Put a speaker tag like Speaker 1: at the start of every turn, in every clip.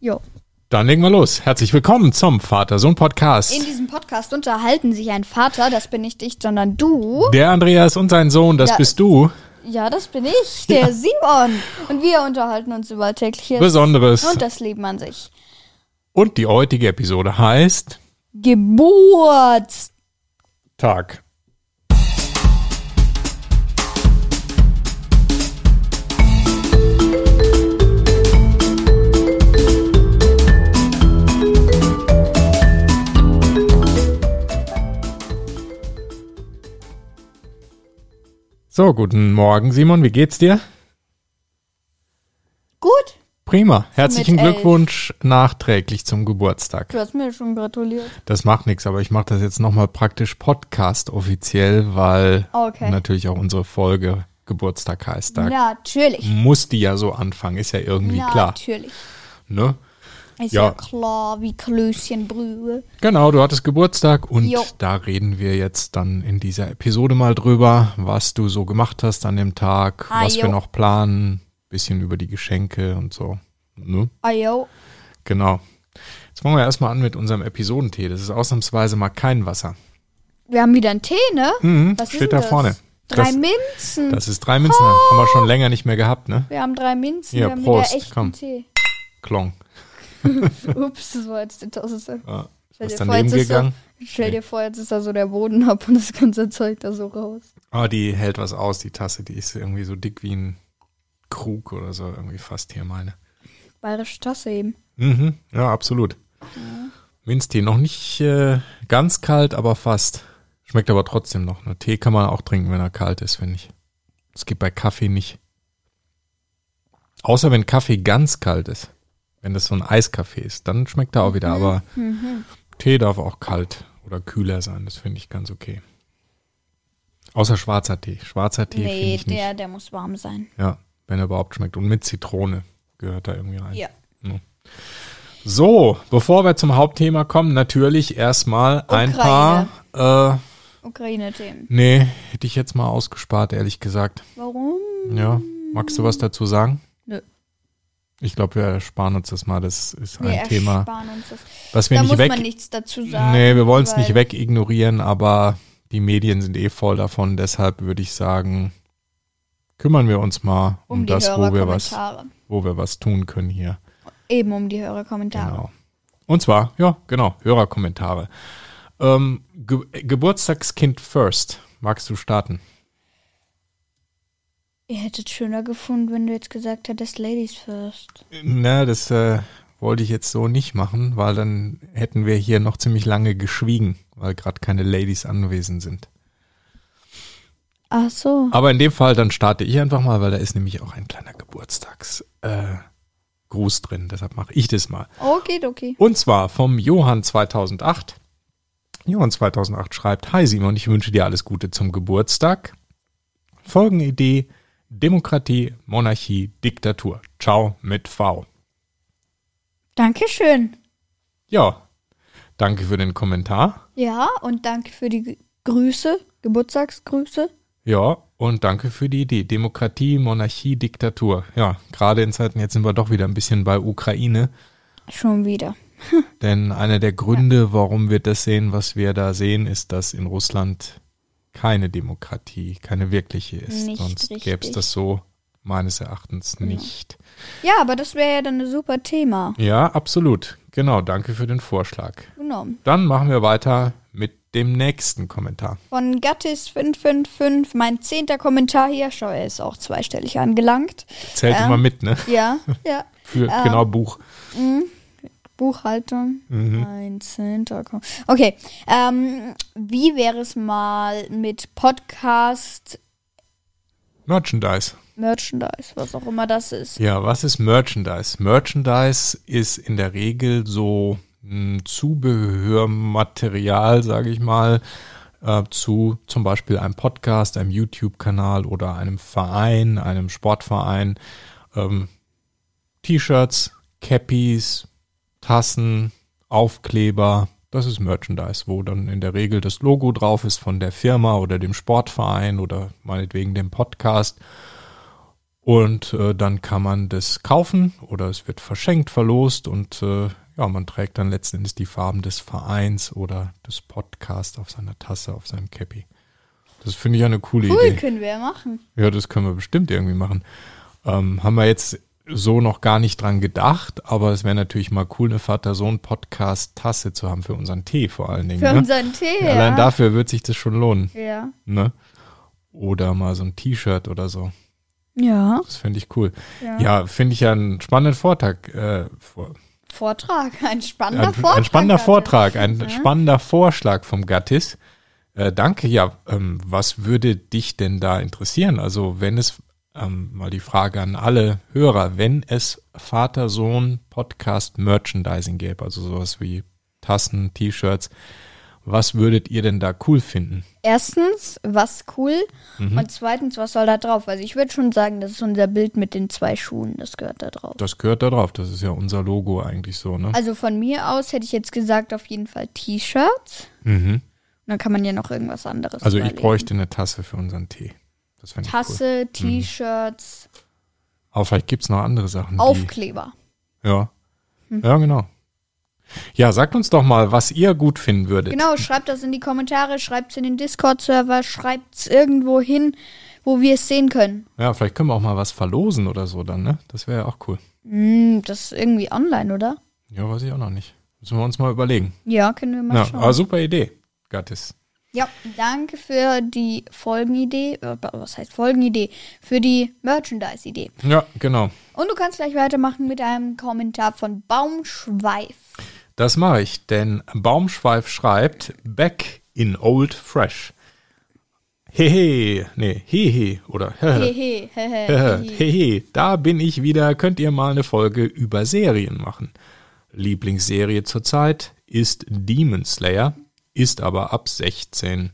Speaker 1: Jo.
Speaker 2: Dann legen wir los. Herzlich willkommen zum Vater-Sohn-Podcast.
Speaker 1: In diesem Podcast unterhalten sich ein Vater, das bin nicht ich, sondern du.
Speaker 2: Der Andreas und sein Sohn, das
Speaker 1: Ja.
Speaker 2: bist du.
Speaker 1: Ja, das bin ich, der Simon. Und wir unterhalten uns über tägliches
Speaker 2: Besonderes.
Speaker 1: und das Leben an sich.
Speaker 2: Und die heutige Episode heißt
Speaker 1: Geburts.
Speaker 2: Tag. So, guten Morgen, Simon. Wie geht's dir?
Speaker 1: Gut,
Speaker 2: Prima. Herzlichen
Speaker 1: elf.
Speaker 2: Glückwunsch nachträglich zum Geburtstag.
Speaker 1: du hast mir schon gratuliert.
Speaker 2: Das macht nichts, aber ich mache das jetzt nochmal praktisch Podcast offiziell, weil
Speaker 1: Okay.
Speaker 2: natürlich auch unsere Folge Geburtstag heißt. Da
Speaker 1: Natürlich.
Speaker 2: muss die ja so anfangen, ist ja irgendwie klar.
Speaker 1: Natürlich.
Speaker 2: Ne?
Speaker 1: Ist
Speaker 2: Ja.
Speaker 1: ja, klar, wie Klößchenbrühe.
Speaker 2: Genau, du hattest Geburtstag und
Speaker 1: Jo.
Speaker 2: da reden wir jetzt dann in dieser Episode mal drüber, was du so gemacht hast an dem Tag,
Speaker 1: Ah,
Speaker 2: was wir
Speaker 1: jo.
Speaker 2: noch planen, bisschen über die Geschenke und so. Ne?
Speaker 1: Ayo.
Speaker 2: Genau. Jetzt fangen wir erstmal an mit unserem Episodentee. Das ist ausnahmsweise mal kein Wasser. Mhm,
Speaker 1: Wir haben wieder einen Tee, ne? Was
Speaker 2: steht da
Speaker 1: das? Oh.
Speaker 2: vorne.
Speaker 1: Drei
Speaker 2: Das-
Speaker 1: Minzen.
Speaker 2: Das ist drei Minzen, haben wir schon länger nicht mehr gehabt, ne?
Speaker 1: wir haben drei Minzen,
Speaker 2: Ja,
Speaker 1: wir haben
Speaker 2: Prost,
Speaker 1: wieder echten
Speaker 2: komm.
Speaker 1: Tee.
Speaker 2: Klong.
Speaker 1: Ups, das war jetzt die Tasse.
Speaker 2: Ja.
Speaker 1: Stell
Speaker 2: Was
Speaker 1: dir vor,
Speaker 2: daneben
Speaker 1: jetzt ist
Speaker 2: gegangen?
Speaker 1: So, stell
Speaker 2: Nee.
Speaker 1: dir vor, jetzt ist da so der Boden ab und das ganze Zeug da so raus.
Speaker 2: Ah, die hält was aus, die Tasse. Die ist irgendwie so dick wie ein Krug oder so, irgendwie fast hier meine.
Speaker 1: Bayerische Tasse eben.
Speaker 2: Mhm, ja, absolut. Minztee noch nicht äh, ganz kalt, aber fast. Schmeckt aber trotzdem noch. Ne? Tee kann man auch trinken, wenn er kalt ist, finde ich. Das geht bei Kaffee nicht. Außer wenn Kaffee ganz kalt ist. Wenn das so ein Eiskaffee ist, dann schmeckt er auch
Speaker 1: Mhm.
Speaker 2: wieder. Aber Tee darf auch kalt oder kühler sein. Das finde ich ganz okay. Außer schwarzer Tee. Schwarzer Tee finde
Speaker 1: nee,
Speaker 2: ich nicht.
Speaker 1: der, der muss warm sein.
Speaker 2: Ja, wenn er überhaupt schmeckt. Und mit Zitrone gehört da irgendwie rein.
Speaker 1: Ja.
Speaker 2: So, bevor wir zum Hauptthema kommen, natürlich erstmal ein
Speaker 1: Ukraine.
Speaker 2: paar. Äh,
Speaker 1: Ukraine-Themen.
Speaker 2: nee, hätte ich jetzt mal ausgespart, ehrlich gesagt.
Speaker 1: Warum?
Speaker 2: Ja, magst du was dazu sagen?
Speaker 1: Nö.
Speaker 2: Ich glaube, wir ersparen uns das mal. Das ist
Speaker 1: Wir
Speaker 2: ein Thema,
Speaker 1: ersparen uns das.
Speaker 2: was wir
Speaker 1: Da
Speaker 2: nicht
Speaker 1: muss
Speaker 2: weg.
Speaker 1: man nichts dazu sagen.
Speaker 2: nee, wir wollen es
Speaker 1: weil-
Speaker 2: nicht weg ignorieren, aber die Medien sind eh voll davon. Deshalb würde ich sagen, kümmern wir uns mal um,
Speaker 1: Um die
Speaker 2: das, wo wir, was,
Speaker 1: Hörerkommentare.
Speaker 2: wo wir was tun können hier.
Speaker 1: Eben um die Hörerkommentare.
Speaker 2: Genau. Und zwar, ja, genau, Hörerkommentare. Ähm, Ge äh, Geburtstagskind first. Magst du starten?
Speaker 1: Ihr hättet schöner gefunden, wenn du jetzt gesagt hättest, Ladies first.
Speaker 2: Na, das äh, wollte ich jetzt so nicht machen, weil dann hätten wir hier noch ziemlich lange geschwiegen, weil gerade keine Ladies anwesend sind.
Speaker 1: Ach so.
Speaker 2: Aber in dem Fall, dann starte ich einfach mal, weil da ist nämlich auch ein kleiner Geburtstagsgruß äh, Gruß drin. Deshalb mache ich das mal.
Speaker 1: Okay, okay.
Speaker 2: Und zwar vom Johann 2008. Johann 2008 schreibt, Hi Simon, ich wünsche dir alles Gute zum Geburtstag. Folgende Idee, Demokratie, Monarchie, Diktatur. Ciao mit V.
Speaker 1: Dankeschön.
Speaker 2: Ja, danke für den Kommentar.
Speaker 1: Ja, und danke für die G- Grüße, Geburtstagsgrüße.
Speaker 2: Ja, und danke für die Idee. Demokratie, Monarchie, Diktatur. Ja, gerade in Zeiten, jetzt sind wir doch wieder ein bisschen bei Ukraine.
Speaker 1: Schon wieder.
Speaker 2: Denn einer der Gründe, warum wir das sehen, was wir da sehen, ist, dass in Russland keine Demokratie, keine wirkliche ist.
Speaker 1: Nicht
Speaker 2: Sonst
Speaker 1: richtig. Genau.
Speaker 2: gäbe es das so meines Erachtens nicht.
Speaker 1: Ja, aber das wäre ja dann ein super Thema.
Speaker 2: Ja, absolut. Genau, danke für den Vorschlag.
Speaker 1: Genau.
Speaker 2: Dann machen wir weiter mit dem nächsten Kommentar.
Speaker 1: Von Gattis555, mein zehnter Kommentar hier. Schau, er ist auch zweistellig angelangt.
Speaker 2: Zählt
Speaker 1: Ähm.
Speaker 2: immer mit, ne?
Speaker 1: Ja, ja.
Speaker 2: Für genau Buch.
Speaker 1: Buchhaltung.
Speaker 2: Mhm.
Speaker 1: Ein zehnter Kommentar. Okay. Ähm, wie wäre es mal mit Podcast,
Speaker 2: Merchandise.
Speaker 1: Merchandise, was auch immer das ist?
Speaker 2: Ja, was ist Merchandise? Merchandise ist in der Regel so ein Zubehörmaterial, sage ich mal, äh, zu zum Beispiel einem Podcast, einem YouTube-Kanal oder einem Verein, einem Sportverein. Ähm, T-Shirts, Cappies, Tassen, Aufkleber. Das ist Merchandise, wo dann in der Regel das Logo drauf ist von der Firma oder dem Sportverein oder meinetwegen dem Podcast Und äh, dann kann man das kaufen oder es wird verschenkt, verlost und äh, ja, man trägt dann letzten Endes die Farben des Vereins oder des Podcasts auf seiner Tasse, auf seinem Cappy. Das finde ich ja eine coole
Speaker 1: Cool,
Speaker 2: Idee.
Speaker 1: können wir ja machen.
Speaker 2: Ja, das können wir bestimmt irgendwie machen. Ähm, haben wir jetzt so noch gar nicht dran gedacht, aber es wäre natürlich mal cool, eine Vater-Sohn-Podcast-Tasse zu haben für unseren Tee vor allen Dingen.
Speaker 1: Für
Speaker 2: ne?
Speaker 1: unseren Tee. Ja.
Speaker 2: Allein dafür wird sich das schon lohnen.
Speaker 1: Ja.
Speaker 2: Ne? Oder mal so ein T-Shirt oder so.
Speaker 1: ja.
Speaker 2: Das finde ich cool.
Speaker 1: Ja.
Speaker 2: Ja, finde ich ja einen spannenden Vortrag. Äh, vor,
Speaker 1: Vortrag. Ein spannender
Speaker 2: ein,
Speaker 1: Vortrag.
Speaker 2: ein spannender
Speaker 1: hatte.
Speaker 2: Vortrag, ein
Speaker 1: ne?
Speaker 2: spannender Vorschlag vom Gattis. Äh, danke. Ja, ähm, was würde dich denn da interessieren? Also wenn es, ähm, mal die Frage an alle Hörer, wenn es Vater-Sohn-Podcast-Merchandising gäbe, also sowas wie Tassen, T-Shirts, was würdet ihr denn da cool finden?
Speaker 1: Erstens, was cool.
Speaker 2: Mhm.
Speaker 1: Und zweitens, was soll da drauf? Also ich würde schon sagen, das ist unser Bild mit den zwei Schuhen. Das gehört da drauf.
Speaker 2: Das gehört da drauf. Das ist ja unser Logo eigentlich so, ne?
Speaker 1: Also von mir aus hätte ich jetzt gesagt, auf jeden Fall T-Shirts.
Speaker 2: Mhm.
Speaker 1: Und dann kann man ja noch irgendwas anderes
Speaker 2: Also ich
Speaker 1: überlegen.
Speaker 2: bräuchte Mhm. eine Tasse für unseren Tee. Das fände ich cool.
Speaker 1: Tasse, T-Shirts,
Speaker 2: Aber vielleicht gibt es noch andere Sachen. die-
Speaker 1: Aufkleber.
Speaker 2: Ja. Ja, genau. Ja, sagt uns doch mal, was ihr gut finden würdet.
Speaker 1: Genau, schreibt das in die Kommentare, schreibt es in den Discord-Server, schreibt es irgendwo hin, wo wir es sehen können.
Speaker 2: Ja, vielleicht können wir auch mal was verlosen oder so dann, ne? Das wäre ja auch cool.
Speaker 1: Hm, das ist irgendwie online, oder?
Speaker 2: Ja, weiß ich auch noch nicht. Müssen wir uns mal überlegen.
Speaker 1: Ja, können wir mal
Speaker 2: Ja, also-
Speaker 1: schauen.
Speaker 2: aber super Idee, Gattis.
Speaker 1: ja, danke für die Folgenidee. äh, Was heißt Folgenidee? Für die Merchandise-Idee.
Speaker 2: Ja, genau.
Speaker 1: Und du kannst gleich weitermachen mit einem Kommentar von Baumschweif.
Speaker 2: Das mache ich, denn Baumschweif schreibt Back in Old Fresh. Hehe, nee, hehe oder hehe.
Speaker 1: Hehe,
Speaker 2: Äh,
Speaker 1: hehe.
Speaker 2: Hehe, da bin ich wieder. Könnt ihr mal eine Folge über Serien machen? Lieblingsserie zurzeit ist Demon Slayer, ist aber ab 16.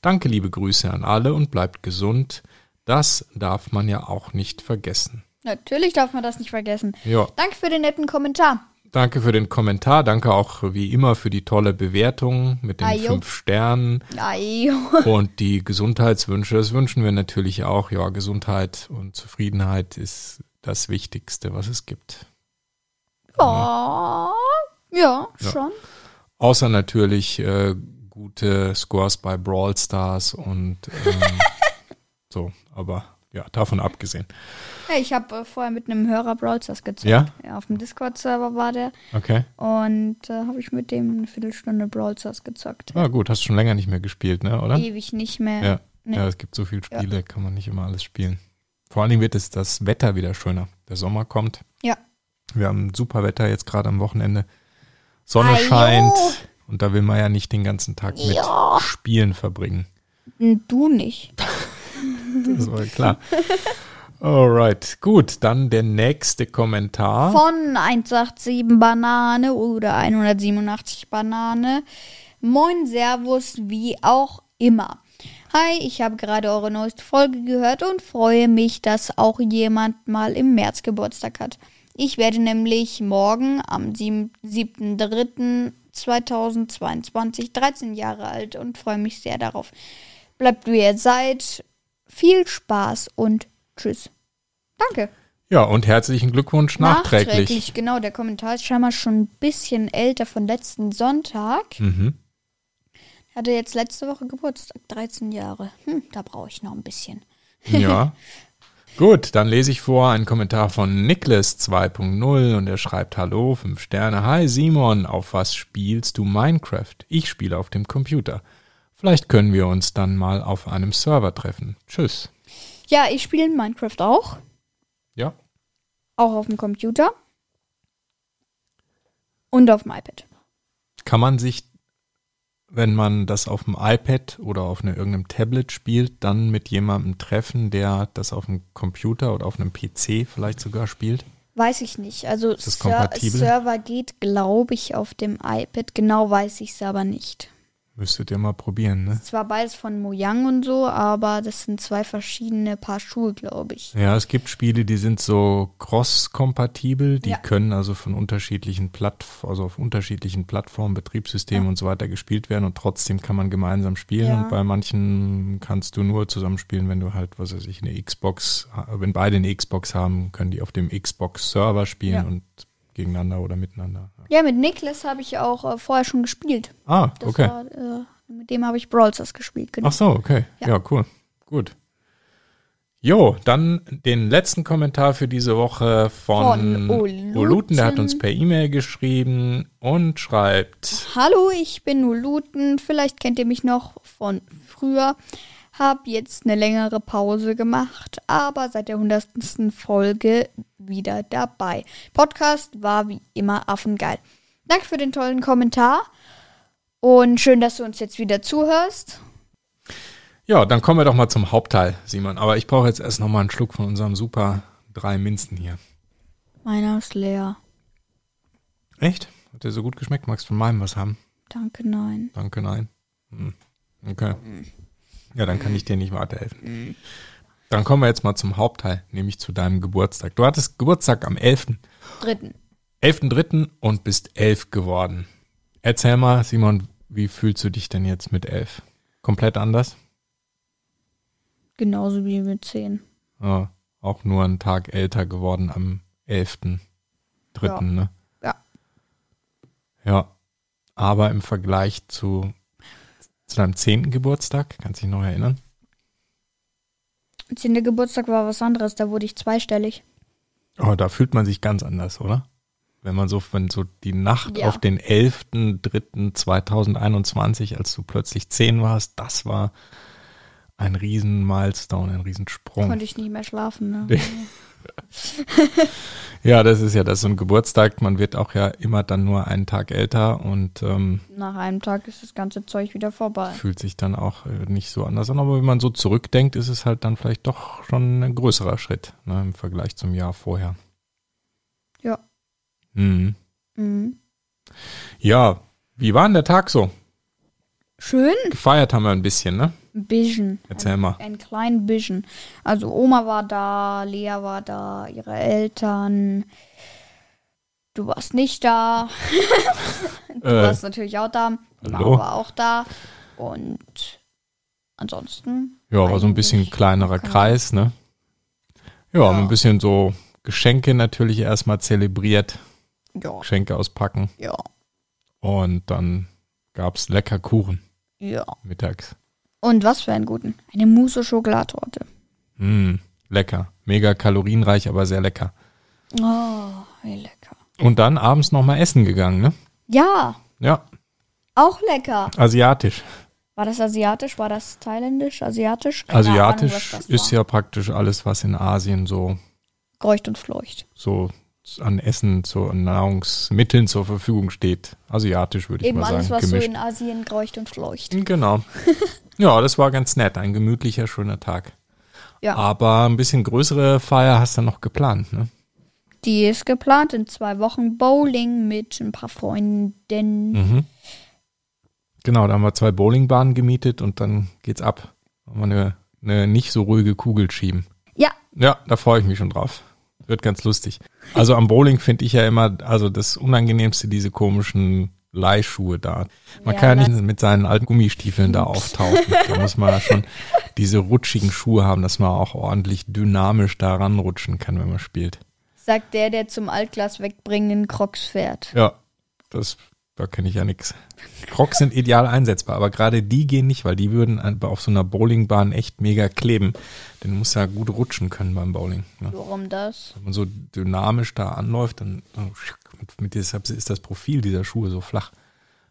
Speaker 2: Danke, liebe Grüße an alle und bleibt gesund. Das darf man ja auch nicht vergessen.
Speaker 1: Natürlich darf man das nicht vergessen.
Speaker 2: Ja.
Speaker 1: Danke für den netten Kommentar.
Speaker 2: Danke für den Kommentar, danke auch wie immer für die tolle Bewertung mit den
Speaker 1: Ah, jo.
Speaker 2: fünf Sternen
Speaker 1: Ei,
Speaker 2: und die Gesundheitswünsche. Das wünschen wir natürlich auch. Ja, Gesundheit und Zufriedenheit ist das Wichtigste, was es gibt.
Speaker 1: ja, ja, schon.
Speaker 2: Außer natürlich äh, gute Scores bei Brawl Stars und ähm, so, aber ja, davon abgesehen.
Speaker 1: Hey, ich habe äh, vorher mit einem Hörer Brawl Stars gezockt.
Speaker 2: Ja?
Speaker 1: auf dem Discord-Server war der.
Speaker 2: Okay.
Speaker 1: Und äh, habe ich mit dem eine Viertelstunde Brawl Stars gezockt.
Speaker 2: Na Ah, gut, hast schon länger nicht mehr gespielt, ne, oder?
Speaker 1: Ewig nicht mehr.
Speaker 2: Ja.
Speaker 1: Nee.
Speaker 2: ja, es gibt so viele Spiele, kann man nicht immer alles spielen. Vor allen Dingen wird es das Wetter wieder schöner. Der Sommer kommt.
Speaker 1: Ja.
Speaker 2: Wir haben super Wetter jetzt gerade am Wochenende. Sonne
Speaker 1: Ajo.
Speaker 2: scheint und da will man ja nicht den ganzen Tag mit
Speaker 1: Ja.
Speaker 2: Spielen verbringen.
Speaker 1: N- Du nicht.
Speaker 2: Das war klar. Alright, gut, dann der nächste Kommentar.
Speaker 1: Von 187 Banane oder 187 Banane. Moin, Servus, wie auch immer. Hi, ich habe gerade eure neueste Folge gehört und freue mich, dass auch jemand mal im März Geburtstag hat. Ich werde nämlich morgen am sieb- 7.3.2022 13 Jahre alt und freue mich sehr darauf. Bleibt wie ihr seid. Viel Spaß und tschüss. Danke.
Speaker 2: Ja, und herzlichen Glückwunsch nachträglich.
Speaker 1: Genau, der Kommentar ist scheinbar schon ein bisschen älter von letzten Sonntag.
Speaker 2: Mhm.
Speaker 1: Hatte jetzt letzte Woche Geburtstag, 13 Jahre. Hm, da brauche ich noch ein bisschen.
Speaker 2: Ja. Gut, dann lese ich vor einen Kommentar von Niklas 2.0 und er schreibt Hallo, 5 Sterne. Hi Simon, auf was spielst du Minecraft? Ich spiele auf dem Computer. Vielleicht können wir uns dann mal auf einem Server treffen. Tschüss.
Speaker 1: Ja, ich spiele in Minecraft auch.
Speaker 2: Ja.
Speaker 1: Auch auf dem Computer. Und auf dem iPad.
Speaker 2: Kann man sich, wenn man das auf dem iPad oder auf eine, irgendeinem Tablet spielt, dann mit jemandem treffen, der das auf dem Computer oder auf einem PC vielleicht sogar spielt?
Speaker 1: Weiß ich nicht. Also
Speaker 2: das
Speaker 1: Ser
Speaker 2: kompatibel?
Speaker 1: Server geht, glaube ich, auf dem iPad. Genau weiß ich es aber nicht.
Speaker 2: Müsstet ihr mal probieren, ne?
Speaker 1: Zwar beides von Mojang und so, aber das sind zwei verschiedene Paar Schuhe, glaube ich.
Speaker 2: Ja, es gibt Spiele, die sind so cross-kompatibel, die
Speaker 1: Ja.
Speaker 2: können also von unterschiedlichen Plattformen, also auf unterschiedlichen Plattformen, Betriebssystemen und so weiter gespielt werden und trotzdem kann man gemeinsam spielen.
Speaker 1: Ja.
Speaker 2: Und bei manchen kannst du nur zusammenspielen, wenn du halt, was weiß ich, eine Xbox, ha- wenn beide eine Xbox haben, können die auf dem Xbox-Server spielen
Speaker 1: Ja.
Speaker 2: und gegeneinander oder miteinander.
Speaker 1: Ja, mit Niklas habe ich auch äh, vorher schon gespielt.
Speaker 2: Ah,
Speaker 1: Das
Speaker 2: okay.
Speaker 1: war, äh, mit dem habe ich Brawl Stars gespielt, genau.
Speaker 2: Ach so, okay. Ja,
Speaker 1: Ja.
Speaker 2: cool. Gut. Jo, dann den letzten Kommentar für diese Woche von,
Speaker 1: Von Oluten.
Speaker 2: Oluten. Der hat uns per E-Mail geschrieben und schreibt,
Speaker 1: Hallo, ich bin Nuluten. Vielleicht kennt ihr mich noch von früher. Hab jetzt eine längere Pause gemacht, aber seit der 100. Folge wieder dabei. Podcast war wie immer affengeil. Danke für den tollen Kommentar und schön, dass du uns jetzt wieder zuhörst.
Speaker 2: ja, dann kommen wir doch mal zum Hauptteil, Simon. Aber ich brauche jetzt erst noch mal einen Schluck von unserem super drei Minzen hier.
Speaker 1: Meiner ist leer.
Speaker 2: Echt? Hat der so gut geschmeckt? Magst du von meinem was haben?
Speaker 1: Danke, nein.
Speaker 2: Danke, nein. Hm. Okay. Ja, dann kann ich dir nicht weiterhelfen. Dann kommen wir jetzt mal zum Hauptteil, nämlich zu deinem Geburtstag. Du hattest Geburtstag am 11.
Speaker 1: Dritten.
Speaker 2: 11.3. und bist 11 geworden. Erzähl mal, Simon, wie fühlst du dich denn jetzt mit 11? Komplett anders?
Speaker 1: Genauso wie mit zehn.
Speaker 2: Ja, auch nur einen Tag älter geworden am 11.3.,
Speaker 1: Ja.
Speaker 2: ne?
Speaker 1: Ja.
Speaker 2: Ja, aber im Vergleich zu, zu deinem 10. Geburtstag, kannst du dich noch erinnern?
Speaker 1: Zehnter Geburtstag war was anderes, da wurde ich zweistellig.
Speaker 2: Oh, da fühlt man sich ganz anders, oder? Wenn man so, wenn so die Nacht
Speaker 1: Ja.
Speaker 2: auf den 11.03.2021, als du plötzlich 10 warst, das war ein riesen Milestone, ein Riesensprung.
Speaker 1: Konnte ich nicht mehr schlafen, ne?
Speaker 2: Ja, das ist ja das, so ein Geburtstag, man wird auch ja immer dann nur einen Tag älter und ähm,
Speaker 1: Nach einem Tag ist das ganze Zeug wieder vorbei.
Speaker 2: fühlt sich dann auch äh, nicht so anders an. Aber wenn man so zurückdenkt, ist es halt dann vielleicht doch schon ein größerer Schritt ne, im Vergleich zum Jahr vorher.
Speaker 1: Ja.
Speaker 2: Mhm.
Speaker 1: Mhm.
Speaker 2: Ja, wie war denn der Tag so?
Speaker 1: Schön?
Speaker 2: Gefeiert haben wir ein bisschen, ne?
Speaker 1: Ein bisschen.
Speaker 2: Erzähl mal.
Speaker 1: Ein, ein klein bisschen. Also Oma war da, Lea war da, ihre Eltern. Du warst nicht da. Du
Speaker 2: Äh,
Speaker 1: warst natürlich auch da. Die
Speaker 2: hallo?
Speaker 1: Mama war auch da. Und ansonsten.
Speaker 2: Ja, war so ein bisschen
Speaker 1: eigentlich
Speaker 2: kleinerer
Speaker 1: kein-
Speaker 2: Kreis, ne? Ja, haben
Speaker 1: Ja.
Speaker 2: ein bisschen so Geschenke natürlich erstmal zelebriert,
Speaker 1: Ja,
Speaker 2: Geschenke auspacken
Speaker 1: ja,
Speaker 2: und dann gab's lecker Kuchen
Speaker 1: ja.
Speaker 2: mittags.
Speaker 1: Und was für einen guten. Eine Mousse-Schokolatorte.
Speaker 2: Mm, lecker, mega kalorienreich, aber sehr lecker.
Speaker 1: Oh, wie lecker.
Speaker 2: Und dann abends nochmal essen gegangen, ne?
Speaker 1: Ja,
Speaker 2: Ja,
Speaker 1: auch lecker.
Speaker 2: asiatisch.
Speaker 1: War das asiatisch? War das thailändisch? Asiatisch? Keine
Speaker 2: Asiatisch
Speaker 1: Ahnung, was das
Speaker 2: ist
Speaker 1: war.
Speaker 2: ja praktisch alles, was in Asien so
Speaker 1: Kreucht und Fleucht.
Speaker 2: so an Essen, zu an Nahrungsmitteln zur Verfügung steht. Asiatisch würde ich
Speaker 1: Eben
Speaker 2: mal
Speaker 1: alles,
Speaker 2: sagen,
Speaker 1: was
Speaker 2: gemischt.
Speaker 1: so in Asien kreucht und fleucht.
Speaker 2: Genau. ja, das war ganz nett. Ein gemütlicher, schöner Tag.
Speaker 1: Ja.
Speaker 2: Aber ein bisschen größere Feier hast du noch geplant, ne?
Speaker 1: Die ist geplant in zwei Wochen Bowling mit ein paar Freunden.
Speaker 2: Mhm. Genau, da haben wir zwei Bowlingbahnen gemietet und dann geht's ab. Wollen wir eine, eine nicht so ruhige Kugel schieben.
Speaker 1: Ja,
Speaker 2: Ja, da freue ich mich schon drauf. Wird ganz lustig. Also am Bowling finde ich ja immer, also das Unangenehmste, diese komischen Leihschuhe da. Man
Speaker 1: Ja,
Speaker 2: kann ja nicht mit seinen alten Gummistiefeln da auftauchen. Da muss man ja schon diese rutschigen Schuhe haben, dass man auch ordentlich dynamisch da ranrutschen kann, wenn man spielt.
Speaker 1: sagt der, der zum Altglas wegbringenden Crocs fährt.
Speaker 2: Ja, das, da kenne ich ja nix. Crocs sind ideal einsetzbar, aber gerade die gehen nicht, weil die würden an- auf so einer Bowlingbahn echt mega kleben. Denn du musst ja gut rutschen können beim Bowling. Ne?
Speaker 1: Warum das?
Speaker 2: Wenn man so dynamisch da anläuft, dann dann mit, mit deshalb ist das Profil dieser Schuhe so flach,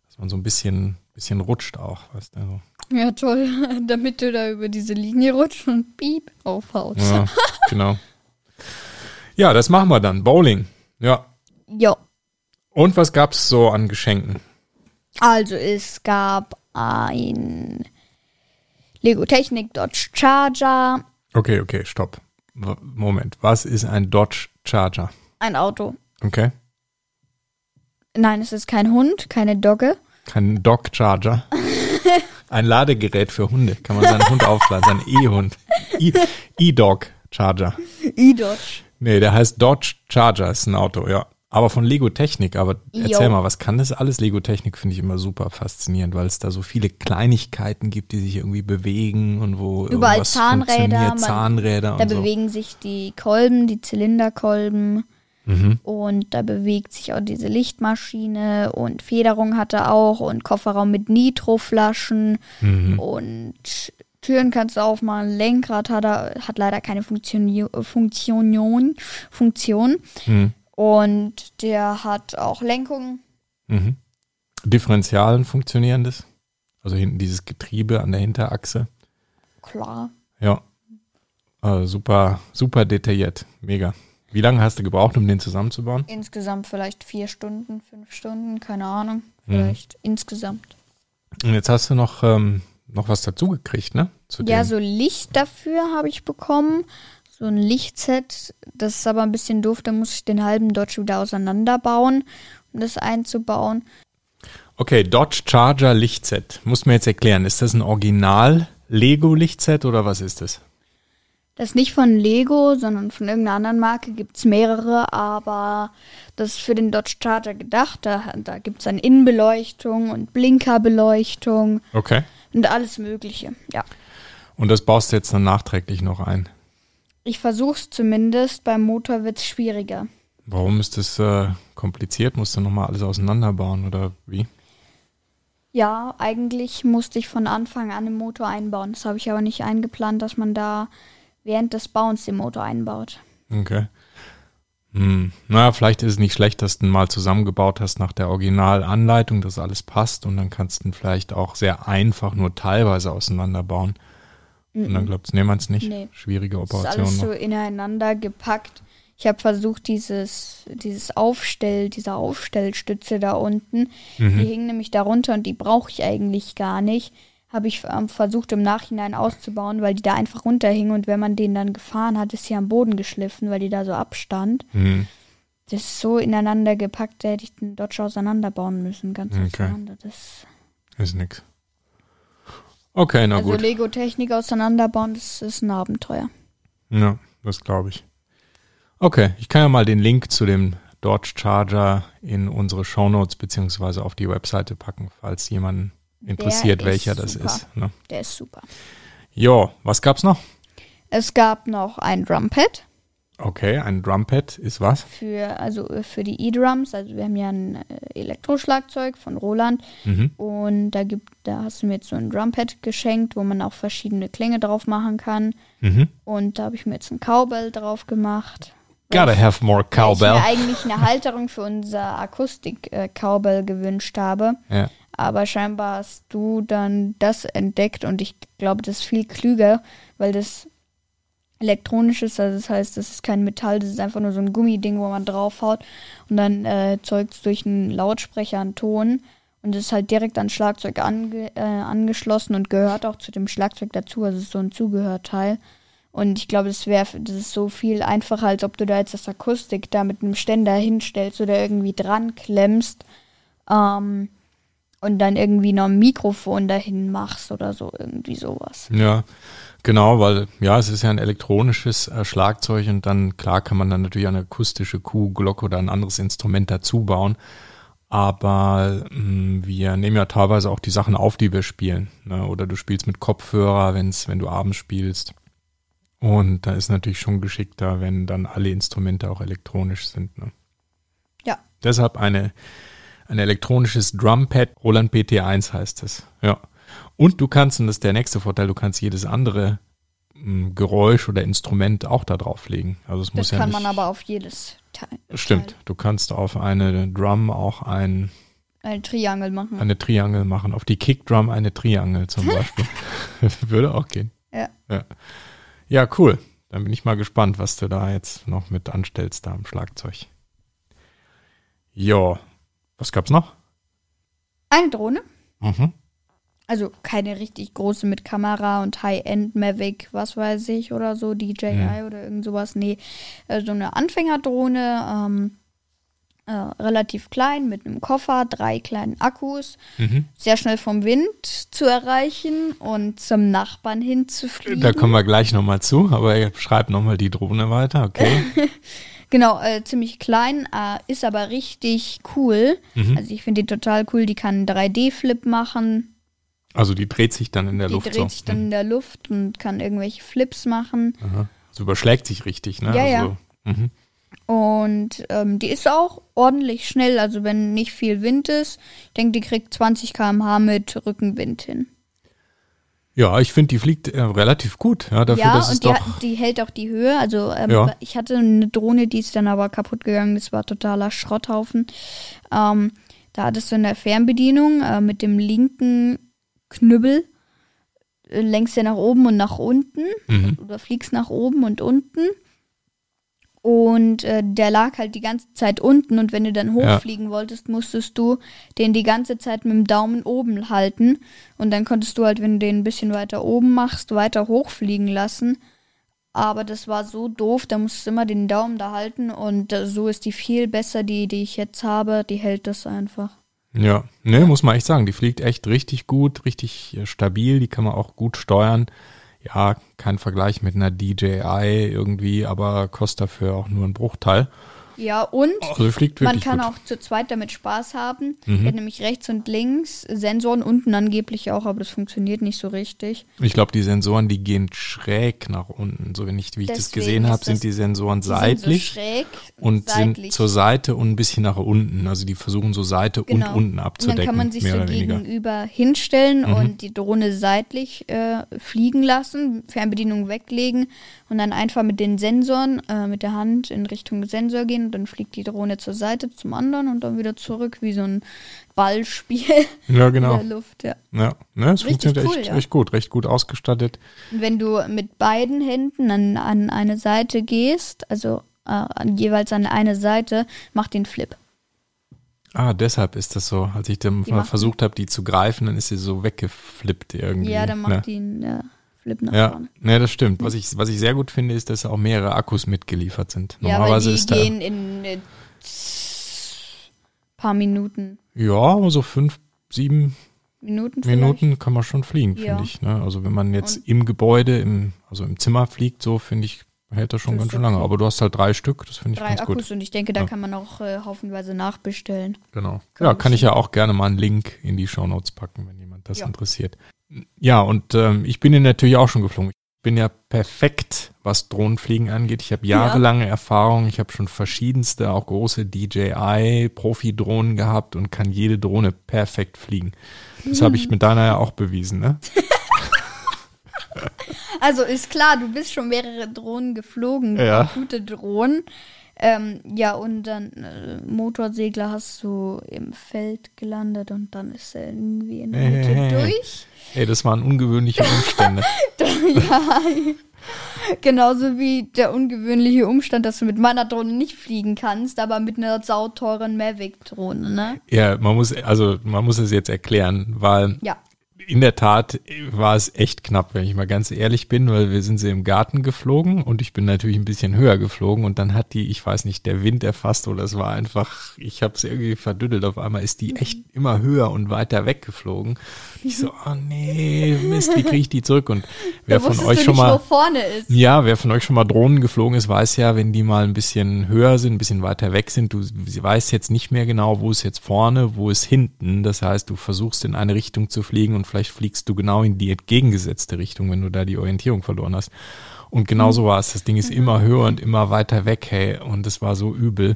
Speaker 2: dass man so ein bisschen, bisschen rutscht auch, weißt du. So.
Speaker 1: Ja, toll. Damit du da über diese Linie rutscht und piep aufhaust.
Speaker 2: Ja, genau. Ja, das machen wir dann. Bowling. Ja.
Speaker 1: Ja.
Speaker 2: Und was gab's so an Geschenken?
Speaker 1: Also es gab ein Lego Technik Dodge Charger,
Speaker 2: Okay, okay, stopp. W- Moment. Was ist ein Dodge Charger?
Speaker 1: ein Auto.
Speaker 2: Okay.
Speaker 1: Nein, es ist kein Hund, keine Dogge.
Speaker 2: Kein Dog Charger. Ein Ladegerät für Hunde. Kann man seinen Hund aufladen, seinen E-Hund. E- E-Dog Charger.
Speaker 1: E-Dodge.
Speaker 2: Nee, der heißt Dodge Charger, ist ein Auto, ja. Aber von Lego Technik, aber erzähl
Speaker 1: Jo.
Speaker 2: mal, was kann das alles? Lego Technik finde ich immer super faszinierend, weil es da so viele Kleinigkeiten gibt, die sich irgendwie bewegen und wo
Speaker 1: Überall
Speaker 2: irgendwas
Speaker 1: Zahnräder,
Speaker 2: funktioniert,
Speaker 1: man-
Speaker 2: Zahnräder
Speaker 1: Da
Speaker 2: und so.
Speaker 1: bewegen sich die Kolben, die Zylinderkolben. Und da bewegt sich auch diese Lichtmaschine und Federung hat er auch und Kofferraum mit Nitroflaschen und Türen kannst du aufmachen. Lenkrad hat er, hat leider keine Funktion, Funktion, Funktion.
Speaker 2: Mhm.
Speaker 1: Und der hat auch Lenkung.
Speaker 2: Mhm. Differentialen funktionieren das? Also hinten dieses Getriebe an der Hinterachse.
Speaker 1: Klar.
Speaker 2: Ja. Also super, super detailliert. Mega. Wie lange hast du gebraucht, um den zusammenzubauen?
Speaker 1: Insgesamt vielleicht vier Stunden, fünf Stunden, keine Ahnung. Vielleicht insgesamt.
Speaker 2: Und jetzt hast du noch, ähm, noch was dazugekriegt, ne? Zu
Speaker 1: Ja,
Speaker 2: dem-
Speaker 1: so Licht dafür habe ich bekommen. So ein Lichtset. Das ist aber ein bisschen doof. Da muss ich den halben Dodge wieder auseinanderbauen, um das einzubauen.
Speaker 2: Okay, Dodge Charger Lichtset. Muss mir jetzt erklären, ist das ein Original Lego Lichtset oder was ist das?
Speaker 1: Das ist nicht von Lego, sondern von irgendeiner anderen Marke. Gibt es mehrere, aber das ist für den Dodge Charger gedacht. Da, da gibt es dann Innenbeleuchtung und Blinkerbeleuchtung
Speaker 2: Okay.
Speaker 1: und alles Mögliche. Ja.
Speaker 2: Und das baust du jetzt dann nachträglich noch ein.
Speaker 1: Ich versuch's zumindest. Beim Motor wird's schwieriger.
Speaker 2: Warum ist das äh, kompliziert? Musst du nochmal alles auseinanderbauen oder wie?
Speaker 1: Ja, eigentlich musste ich von Anfang an den Motor einbauen. Das habe ich aber nicht eingeplant, dass man da während des Bauens den Motor einbaut.
Speaker 2: Okay. Hm. Naja, vielleicht ist es nicht schlecht, dass du ihn mal zusammengebaut hast nach der Originalanleitung, dass alles passt und dann kannst du ihn vielleicht auch sehr einfach nur teilweise auseinanderbauen. Und dann glaubt es niemand nicht.
Speaker 1: Nee.
Speaker 2: Schwierige
Speaker 1: Das ist
Speaker 2: Operation.
Speaker 1: alles
Speaker 2: noch.
Speaker 1: so ineinander gepackt. Ich habe versucht, dieses, dieses Aufstell, diese Aufstellstütze da unten, die hing nämlich darunter und die brauche ich eigentlich gar nicht. Habe ich ähm, versucht im Nachhinein auszubauen, weil die da einfach runterhing und wenn man den dann gefahren hat, ist sie am Boden geschliffen, weil die da so abstand.
Speaker 2: Hm.
Speaker 1: Das ist so ineinander gepackt, da hätte ich den Dodge auseinanderbauen müssen, ganz
Speaker 2: Okay.
Speaker 1: auseinander. Das,
Speaker 2: Ist nix. Okay, na
Speaker 1: also
Speaker 2: gut.
Speaker 1: Lego-Technik auseinanderbauen, das ist ein Abenteuer.
Speaker 2: Ja, das glaube ich. Okay, ich kann ja mal den Link zu dem Dodge Charger in unsere Shownotes beziehungsweise auf die Webseite packen, falls jemanden interessiert,
Speaker 1: ist
Speaker 2: welcher das
Speaker 1: super.
Speaker 2: ist. Ne?
Speaker 1: Der ist super.
Speaker 2: Jo, was gab's noch?
Speaker 1: Es gab noch ein Drumpad
Speaker 2: Okay, ein Drumpad ist was?
Speaker 1: für, also äh, für die E-Drums. Also wir haben ja ein äh, Elektroschlagzeug von Roland
Speaker 2: Mhm.
Speaker 1: und da gibt, da hast du mir jetzt so ein Drumpad geschenkt, wo man auch verschiedene Klänge drauf machen kann.
Speaker 2: Mhm.
Speaker 1: Und da habe ich mir jetzt ein Cowbell drauf gemacht.
Speaker 2: Gotta have more
Speaker 1: Weil Ich mir
Speaker 2: cowbell.
Speaker 1: eigentlich eine Halterung für unser Akustik-Cowbell gewünscht habe.
Speaker 2: Ja.
Speaker 1: Aber scheinbar hast du dann das entdeckt und ich glaube, das ist viel klüger, weil das elektronisch ist. Also das heißt, das ist kein Metall, das ist einfach nur so ein Gummiding, wo man draufhaut und dann äh, zeugt es durch einen Lautsprecher einen Ton und ist halt direkt an Schlagzeug ange äh, angeschlossen und gehört auch zu dem Schlagzeug dazu. Also es ist so ein Zugehörteil. Und ich glaube, das wäre, das ist so viel einfacher, als ob du da jetzt das Akustik da mit einem Ständer hinstellst oder irgendwie dran klemmst. Ähm, und dann irgendwie noch ein Mikrofon dahin machst oder so, irgendwie sowas.
Speaker 2: Ja, genau, weil ja, es ist ja ein elektronisches äh, Schlagzeug und dann, klar, kann man dann natürlich eine akustische Kuhglocke oder ein anderes Instrument dazu bauen. Aber mh, wir nehmen ja teilweise auch die Sachen auf, die wir spielen. Ne? Oder du spielst mit Kopfhörer, wenn's, wenn du abends spielst. Und da ist natürlich schon geschickter, wenn dann alle Instrumente auch elektronisch sind. Ne?
Speaker 1: Ja.
Speaker 2: Deshalb eine, ein elektronisches Drumpad, Roland PT1 heißt es. Ja. Und du kannst, und das ist der nächste Vorteil, du kannst jedes andere m, Geräusch oder Instrument auch da drauflegen. Also es muss
Speaker 1: Das
Speaker 2: ja
Speaker 1: kann
Speaker 2: nicht,
Speaker 1: man aber auf jedes Teil.
Speaker 2: Stimmt, du kannst auf eine Drum auch ein,
Speaker 1: Teil, ein Triangel machen.
Speaker 2: eine Triangle machen, auf die Kickdrum eine Triangle zum Beispiel. Würde auch gehen.
Speaker 1: Ja.
Speaker 2: ja. Ja, cool. Dann bin ich mal gespannt, was du da jetzt noch mit anstellst da am Schlagzeug. Ja, was gab's noch?
Speaker 1: Eine Drohne.
Speaker 2: Mhm.
Speaker 1: Also keine richtig große mit Kamera und High-End Mavic, was weiß ich, oder so,
Speaker 2: Hm.
Speaker 1: DJI oder irgend sowas. Nee, äh, so eine Anfängerdrohne. Ähm, äh, relativ klein mit einem Koffer, drei kleinen Akkus,
Speaker 2: Mhm.
Speaker 1: sehr schnell vom Wind zu erreichen und zum Nachbarn hinzufliegen.
Speaker 2: Da kommen wir gleich nochmal zu, aber schreib nochmal die Drohne weiter, okay?
Speaker 1: Genau, äh, ziemlich klein, äh, ist aber richtig cool.
Speaker 2: Mhm.
Speaker 1: Also ich finde die total cool. Die kann einen 3D-Flip machen.
Speaker 2: Also die dreht sich dann in der
Speaker 1: Die
Speaker 2: Luft
Speaker 1: dreht
Speaker 2: so. Mhm.
Speaker 1: sich dann in der Luft und kann irgendwelche Flips machen.
Speaker 2: Aha. Also überschlägt sich richtig, ne?
Speaker 1: Ja, ja.
Speaker 2: also, Mhm.
Speaker 1: Und ähm, die ist auch ordentlich schnell. Also wenn nicht viel Wind ist, ich denke, die kriegt 20 km/h mit Rückenwind hin.
Speaker 2: ja ich finde, die fliegt äh, relativ gut. Ja, dafür,
Speaker 1: ja,
Speaker 2: dass es
Speaker 1: und die,
Speaker 2: doch.
Speaker 1: hat, die hält auch die Höhe. Also ähm,
Speaker 2: Ja.
Speaker 1: ich hatte eine Drohne, die ist dann aber kaputt gegangen. Das war totaler Schrotthaufen. Ähm, da hattest du in der Fernbedienung äh, mit dem linken Knüppel äh, lenkst du nach oben und nach unten
Speaker 2: Mhm.
Speaker 1: oder fliegst nach oben und unten. Und äh, der lag halt die ganze Zeit unten und wenn du dann
Speaker 2: Ja.
Speaker 1: hochfliegen wolltest, musstest du den die ganze Zeit mit dem Daumen oben halten. Und dann konntest du halt, wenn du den ein bisschen weiter oben machst, weiter hochfliegen lassen. Aber das war so doof, da musstest du immer den Daumen da halten und äh, so ist die viel besser, die, die ich jetzt habe, die hält das einfach.
Speaker 2: Ja, ne, muss man echt sagen, die fliegt echt richtig gut, richtig äh, stabil, die kann man auch gut steuern. Ja, kein Vergleich mit einer DJI irgendwie, aber kostet dafür auch nur einen Bruchteil.
Speaker 1: Ja, und
Speaker 2: Also die fliegt
Speaker 1: Man
Speaker 2: wirklich
Speaker 1: kann
Speaker 2: gut. Mhm.
Speaker 1: auch zu zweit damit Spaß haben. Er hat nämlich rechts und links Sensoren, unten angeblich auch, aber das funktioniert nicht so richtig.
Speaker 2: Ich glaube, die Sensoren, die gehen schräg nach unten. So wenn ich, wie ich das
Speaker 1: Deswegen
Speaker 2: gesehen habe,
Speaker 1: ist
Speaker 2: sind
Speaker 1: das-
Speaker 2: die Sensoren
Speaker 1: Die
Speaker 2: seitlich
Speaker 1: sind so schräg
Speaker 2: und
Speaker 1: seitlich.
Speaker 2: sind zur Seite und ein bisschen nach unten. Also die versuchen so Seite
Speaker 1: Genau.
Speaker 2: und unten
Speaker 1: Und
Speaker 2: abzudecken.
Speaker 1: dann kann man sich so
Speaker 2: mehr oder weniger. Mhm.
Speaker 1: gegenüber hinstellen und die Drohne seitlich äh, fliegen lassen, Fernbedienung weglegen und dann einfach mit den Sensoren, äh, mit der Hand in Richtung Sensor gehen und dann fliegt die Drohne zur Seite zum anderen und dann wieder zurück, wie so ein Ballspiel
Speaker 2: Ja,
Speaker 1: in
Speaker 2: genau.
Speaker 1: der Luft. Ja.
Speaker 2: Ja, ne, es
Speaker 1: Richtig
Speaker 2: funktioniert
Speaker 1: cool,
Speaker 2: echt,
Speaker 1: ja.
Speaker 2: echt gut, recht gut ausgestattet.
Speaker 1: Und wenn du mit beiden Händen an, an eine Seite gehst, also äh, an, jeweils an eine Seite, mach den Flip.
Speaker 2: Ah, deshalb ist das so. Als ich dann
Speaker 1: Die
Speaker 2: mal
Speaker 1: macht-
Speaker 2: versucht habe, die zu greifen, dann ist sie so weggeflippt irgendwie.
Speaker 1: Ja, dann mach
Speaker 2: ne?
Speaker 1: den äh, Flip nach
Speaker 2: Ja,
Speaker 1: vorne.
Speaker 2: ne, das stimmt. Was ich, was ich sehr gut finde, ist, dass auch mehrere Akkus mitgeliefert sind.
Speaker 1: Ja, weil
Speaker 2: Normalerweise
Speaker 1: die
Speaker 2: ist da
Speaker 1: gehen in äh, paar Minuten.
Speaker 2: ja so fünf, sieben
Speaker 1: Minuten vielleicht.
Speaker 2: Minuten kann man schon fliegen,
Speaker 1: Ja.
Speaker 2: finde ich. Ne? Also wenn man jetzt im Gebäude, im, also im Zimmer fliegt, so finde ich, hält das schon
Speaker 1: Das
Speaker 2: ganz
Speaker 1: ist
Speaker 2: schön lange.
Speaker 1: okay.
Speaker 2: Aber du hast halt drei Stück, das finde ich
Speaker 1: Drei
Speaker 2: ganz
Speaker 1: Akkus
Speaker 2: gut.
Speaker 1: und ich denke, da
Speaker 2: Ja.
Speaker 1: kann man auch äh, haufenweise nachbestellen.
Speaker 2: Genau.
Speaker 1: Kann
Speaker 2: Ja,
Speaker 1: man
Speaker 2: kann ich ja auch gerne mal einen Link in die Shownotes packen, wenn jemand das
Speaker 1: Ja.
Speaker 2: interessiert. Ja, und ähm, ich bin ja natürlich auch schon geflogen. Ich bin ja perfekt, was Drohnenfliegen angeht. Ich habe jahrelange Erfahrung. Ich habe schon verschiedenste, auch große DJI-Profi-Drohnen gehabt und kann jede Drohne perfekt fliegen.
Speaker 1: Mhm.
Speaker 2: Das habe ich mit deiner ja auch bewiesen, ne?
Speaker 1: Also ist klar, du bist schon mehrere Drohnen geflogen,
Speaker 2: Ja.
Speaker 1: gute Drohnen. Ähm, ja, und dann äh, Motorsegler hast du im Feld gelandet und dann ist er irgendwie in der
Speaker 2: Hey,
Speaker 1: Mitte
Speaker 2: hey, hey.
Speaker 1: durch.
Speaker 2: Ey, das waren ungewöhnliche Umstände.
Speaker 1: Genauso wie der ungewöhnliche Umstand, dass du mit meiner Drohne nicht fliegen kannst, aber mit einer sauteuren Mavic-Drohne, ne?
Speaker 2: ja, man muss, also man muss es jetzt erklären, weil
Speaker 1: Ja.
Speaker 2: in der Tat war es echt knapp, wenn ich mal ganz ehrlich bin, weil wir sind sie im Garten geflogen und ich bin natürlich ein bisschen höher geflogen und dann hat die, ich weiß nicht, der Wind erfasst oder es war einfach, ich habe es irgendwie verdüttelt. Auf einmal ist
Speaker 1: Mhm.
Speaker 2: die echt immer höher und weiter weggeflogen. Ich so, oh nee, Mist, wie kriege ich die zurück? Und wer
Speaker 1: da
Speaker 2: von
Speaker 1: wusstest
Speaker 2: euch
Speaker 1: du
Speaker 2: schon
Speaker 1: nicht,
Speaker 2: mal
Speaker 1: wo vorne ist.
Speaker 2: ja, wer von euch schon mal Drohnen geflogen ist, weiß ja, wenn die mal ein bisschen höher sind, ein bisschen weiter weg sind, du sie weißt jetzt nicht mehr genau, wo ist jetzt vorne, wo ist hinten. Das heißt, du versuchst in eine Richtung zu fliegen und vielleicht fliegst du genau in die entgegengesetzte Richtung, wenn du da die Orientierung verloren hast. Und genau so war es. Das Ding ist immer höher und immer weiter weg, hey. Und das war so übel.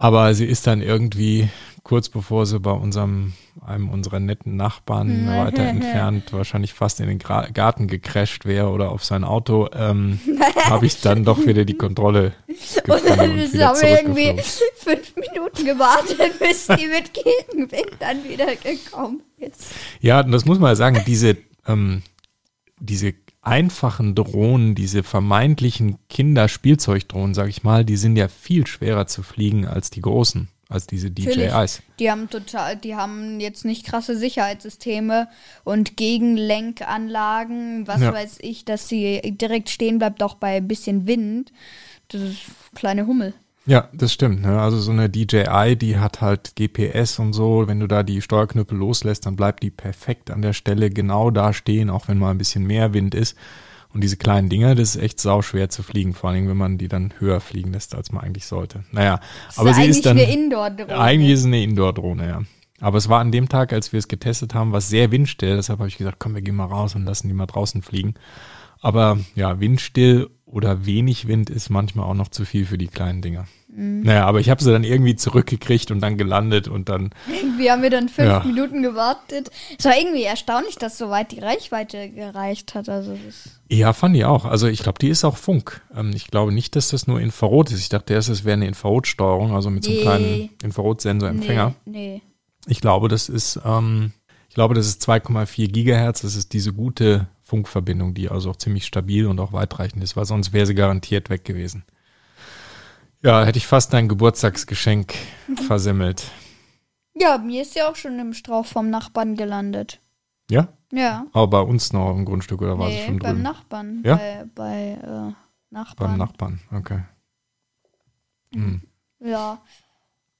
Speaker 2: Aber sie ist dann irgendwie kurz bevor sie bei unserem, einem unserer netten Nachbarn
Speaker 1: Mhm.
Speaker 2: weiter entfernt, wahrscheinlich fast in den Gra Garten gecrasht wäre oder auf sein Auto, ähm, habe ich dann doch wieder die Kontrolle
Speaker 1: Und
Speaker 2: gefunden
Speaker 1: dann
Speaker 2: und,
Speaker 1: ist-
Speaker 2: wieder
Speaker 1: haben wir irgendwie
Speaker 2: zurückgeflogen.
Speaker 1: fünf Minuten gewartet, bis die mit Gegenwind dann wieder gekommen ist.
Speaker 2: Ja, und das muss man ja sagen, diese, ähm, diese einfachen Drohnen, diese vermeintlichen Kinderspielzeugdrohnen, sag ich mal, die sind ja viel schwerer zu fliegen als die großen, als diese DJIs.
Speaker 1: Die haben total, die haben jetzt nicht krasse Sicherheitssysteme und Gegenlenkanlagen, was
Speaker 2: Ja.
Speaker 1: weiß ich, dass sie direkt stehen bleibt, auch bei ein bisschen Wind. Das ist kleine Hummel.
Speaker 2: Ja, das stimmt. Ne? Also so eine DJI, die hat halt GPS und so. Wenn du da die Steuerknüppel loslässt, dann bleibt die perfekt an der Stelle genau da stehen, auch wenn mal ein bisschen mehr Wind ist. Und diese kleinen Dinger, das ist echt sauschwer zu fliegen, vor allem wenn man die dann höher fliegen lässt, als man eigentlich sollte. Naja,
Speaker 1: Das
Speaker 2: aber sie
Speaker 1: eigentlich
Speaker 2: ist dann
Speaker 1: eine Indoor-Drohne.
Speaker 2: eigentlich ist es eine Indoor-Drohne, ja. Aber es war an dem Tag, als wir es getestet haben, was sehr windstill. Deshalb habe ich gesagt, komm, wir gehen mal raus und lassen die mal draußen fliegen. Aber ja, windstill oder wenig Wind ist manchmal auch noch zu viel für die kleinen Dinger. Naja, aber ich habe sie dann irgendwie zurückgekriegt und dann gelandet und dann,
Speaker 1: Wir haben wir dann fünf
Speaker 2: Ja.
Speaker 1: Minuten gewartet. Es war irgendwie erstaunlich, dass so weit die Reichweite gereicht hat. Also das ist
Speaker 2: ja, fand ich auch. Also ich glaube, die ist auch Funk. Ähm, ich glaube nicht, dass das nur Infrarot ist. Ich dachte erst, es wäre eine Infrarotsteuerung, also mit so einem
Speaker 1: Nee.
Speaker 2: kleinen Infrarotsensorempfänger.
Speaker 1: Nee, nee.
Speaker 2: Ich glaube, das ist, ähm, ich glaube, das ist 2,4 Gigahertz. Das ist diese gute Funkverbindung, die also auch ziemlich stabil und auch weitreichend ist, weil sonst wäre sie garantiert weg gewesen. Ja, hätte ich fast dein Geburtstagsgeschenk
Speaker 1: Mhm.
Speaker 2: versemmelt.
Speaker 1: Ja, mir ist ja auch schon im Strauch vom Nachbarn gelandet.
Speaker 2: Ja?
Speaker 1: Ja.
Speaker 2: Aber bei uns noch im Grundstück oder war sie
Speaker 1: Nee,
Speaker 2: schon
Speaker 1: beim
Speaker 2: drüben?
Speaker 1: Nachbarn.
Speaker 2: Ja?
Speaker 1: Bei, bei äh, Nachbarn.
Speaker 2: beim Nachbarn, okay.
Speaker 1: Ja.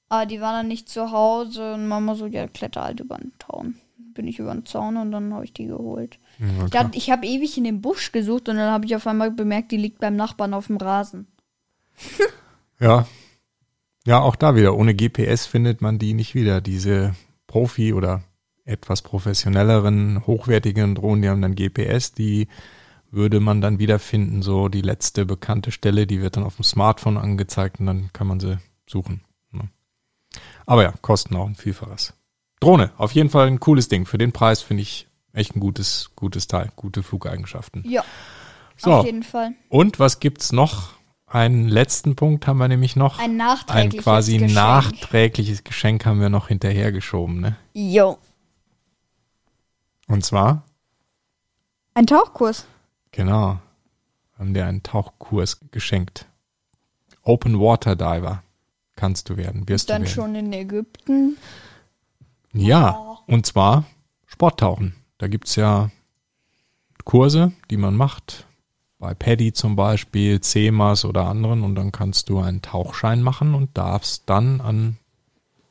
Speaker 1: Aber die waren dann nicht zu Hause und Mama so, ja, kletter halt über den Zaun. Bin ich über den Zaun und dann habe ich die geholt.
Speaker 2: Ja,
Speaker 1: Ich,
Speaker 2: klar.
Speaker 1: hab- ich habe ewig in dem Busch gesucht und dann habe ich auf einmal bemerkt, die liegt beim Nachbarn auf dem Rasen.
Speaker 2: Ja. Ja, auch da wieder. Ohne GPS findet man die nicht wieder. Diese Profi oder etwas professionelleren, hochwertigen Drohnen, die haben dann GPS, die würde man dann wiederfinden. So die letzte bekannte Stelle, die wird dann auf dem Smartphone angezeigt und dann kann man sie suchen. Ne? Aber ja, kosten auch ein Vielfaches. Drohne, auf jeden Fall ein cooles Ding. Für den Preis finde ich echt ein gutes, gutes Teil. Gute Flugeigenschaften.
Speaker 1: Ja,
Speaker 2: So.
Speaker 1: auf jeden Fall.
Speaker 2: Und was gibt's noch? Einen letzten Punkt haben wir nämlich noch.
Speaker 1: Ein
Speaker 2: Ein
Speaker 1: nachträgliches
Speaker 2: quasi
Speaker 1: Geschenk.
Speaker 2: nachträgliches Geschenk haben wir noch hinterhergeschoben, ne?
Speaker 1: Jo.
Speaker 2: Und zwar,
Speaker 1: Ein Tauchkurs.
Speaker 2: genau, haben dir einen Tauchkurs geschenkt. Open Water Diver kannst du werden, wirst
Speaker 1: Dann
Speaker 2: du werden.
Speaker 1: schon in Ägypten.
Speaker 2: Ja, und zwar Sporttauchen. Da gibt's ja Kurse, die man macht, bei Paddy zum Beispiel, CEMAS oder anderen, und dann kannst du einen Tauchschein machen und darfst dann an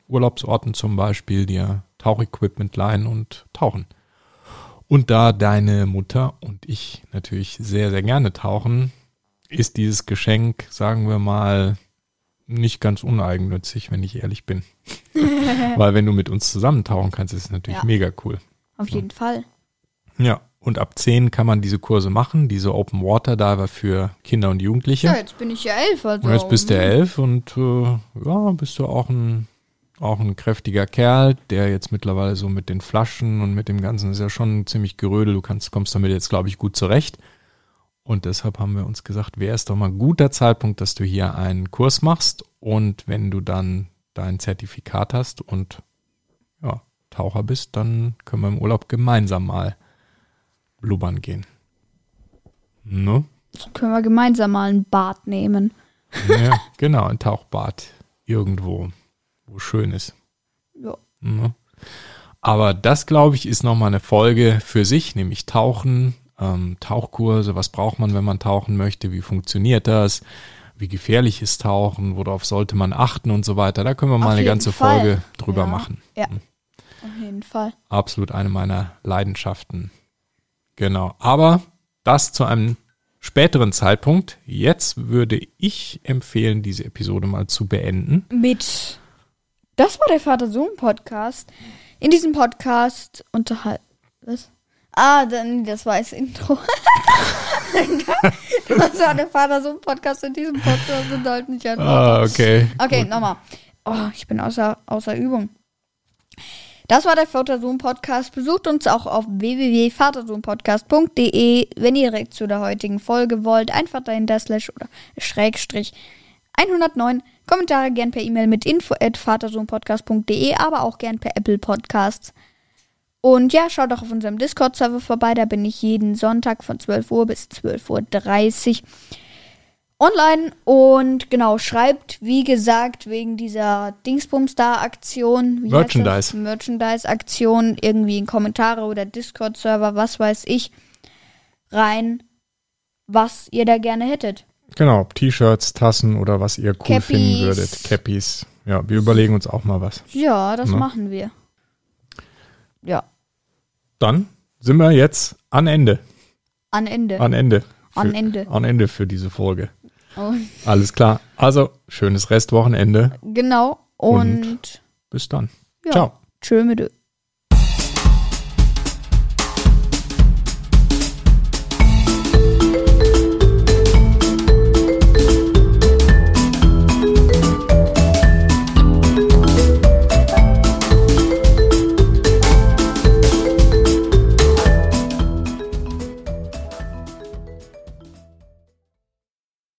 Speaker 2: Urlaubsorten zum Beispiel dir Tauchequipment leihen und tauchen. Und da deine Mutter und ich natürlich sehr, sehr gerne tauchen, ist dieses Geschenk, sagen wir mal, nicht ganz uneigennützig, wenn ich ehrlich bin. Weil wenn du mit uns zusammen tauchen kannst, ist es natürlich
Speaker 1: Ja.
Speaker 2: mega cool.
Speaker 1: Auf jeden Fall.
Speaker 2: Ja. Und ab 10 kann man diese Kurse machen, diese Open Water Diver für Kinder und Jugendliche.
Speaker 1: Ja, jetzt bin ich ja elf. Also.
Speaker 2: Und jetzt bist du elf und äh, ja, bist du auch ein, auch ein kräftiger Kerl, der jetzt mittlerweile so mit den Flaschen und mit dem Ganzen ist ja schon ziemlich gerödel. Du kannst, kommst damit jetzt, glaube ich, gut zurecht. Und deshalb haben wir uns gesagt, wäre es doch mal ein guter Zeitpunkt, dass du hier einen Kurs machst und wenn du dann dein Zertifikat hast und ja, Taucher bist, dann können wir im Urlaub gemeinsam mal blubbern gehen. Ne?
Speaker 1: Jetzt können wir gemeinsam mal ein Bad nehmen.
Speaker 2: Ja, genau, ein Tauchbad irgendwo, wo schön ist.
Speaker 1: Ja.
Speaker 2: Ne? Aber das, glaube ich, ist nochmal eine Folge für sich, nämlich Tauchen, ähm, Tauchkurse, was braucht man, wenn man tauchen möchte, wie funktioniert das, wie gefährlich ist Tauchen, worauf sollte man achten und so weiter. Da können wir mal
Speaker 1: Auf
Speaker 2: eine
Speaker 1: jeden
Speaker 2: ganze
Speaker 1: Fall.
Speaker 2: Folge drüber
Speaker 1: ja.
Speaker 2: machen.
Speaker 1: Ja. Auf jeden Fall.
Speaker 2: Absolut eine meiner Leidenschaften. Genau. Aber das zu einem späteren Zeitpunkt. Jetzt würde ich empfehlen, diese Episode mal zu beenden.
Speaker 1: Mit. Das war der Vater-Sohn-Podcast. In diesem Podcast unterhalten. Was? Ah, dann, das war das Intro. das war der Vater-Sohn-Podcast. In diesem Podcast halt unterhalten sich ein
Speaker 2: Ah, okay.
Speaker 1: Okay, nochmal. Oh, ich bin außer, außer Übung. Das war der Vater-Sohn-Podcast. Besucht uns auch auf www.vatersohnpodcast.de, wenn ihr direkt zu der heutigen Folge wollt. Einfach dahinter slash oder schrägstrich 109. Kommentare gern per E-Mail mit info at vatersohnpodcast.de, aber auch gern per Apple Podcasts. Und ja, schaut auch auf unserem Discord-Server vorbei. Da bin ich jeden Sonntag von 12 Uhr bis 12.30 Uhr online und genau, schreibt, wie gesagt, wegen dieser Dingsbums-Star-Aktion, wie heißt
Speaker 2: Merchandise.
Speaker 1: das? Merchandise-Aktion, irgendwie in Kommentare oder Discord-Server, was weiß ich, rein, was ihr da gerne hättet.
Speaker 2: Genau, T-Shirts, Tassen oder was ihr cool
Speaker 1: Cappies.
Speaker 2: finden würdet. Cappies. Ja, wir überlegen uns auch mal was.
Speaker 1: Ja, das
Speaker 2: Ne?
Speaker 1: machen wir. Ja,
Speaker 2: Dann sind wir jetzt an Ende.
Speaker 1: an Ende.
Speaker 2: An Ende. Für,
Speaker 1: An Ende. Oh,
Speaker 2: An Ende für diese Folge.
Speaker 1: Und,
Speaker 2: Alles klar. Also, schönes Restwochenende.
Speaker 1: genau. Und,
Speaker 2: Bis dann.
Speaker 1: ja,
Speaker 2: Ciao.
Speaker 1: tschö mit Ö.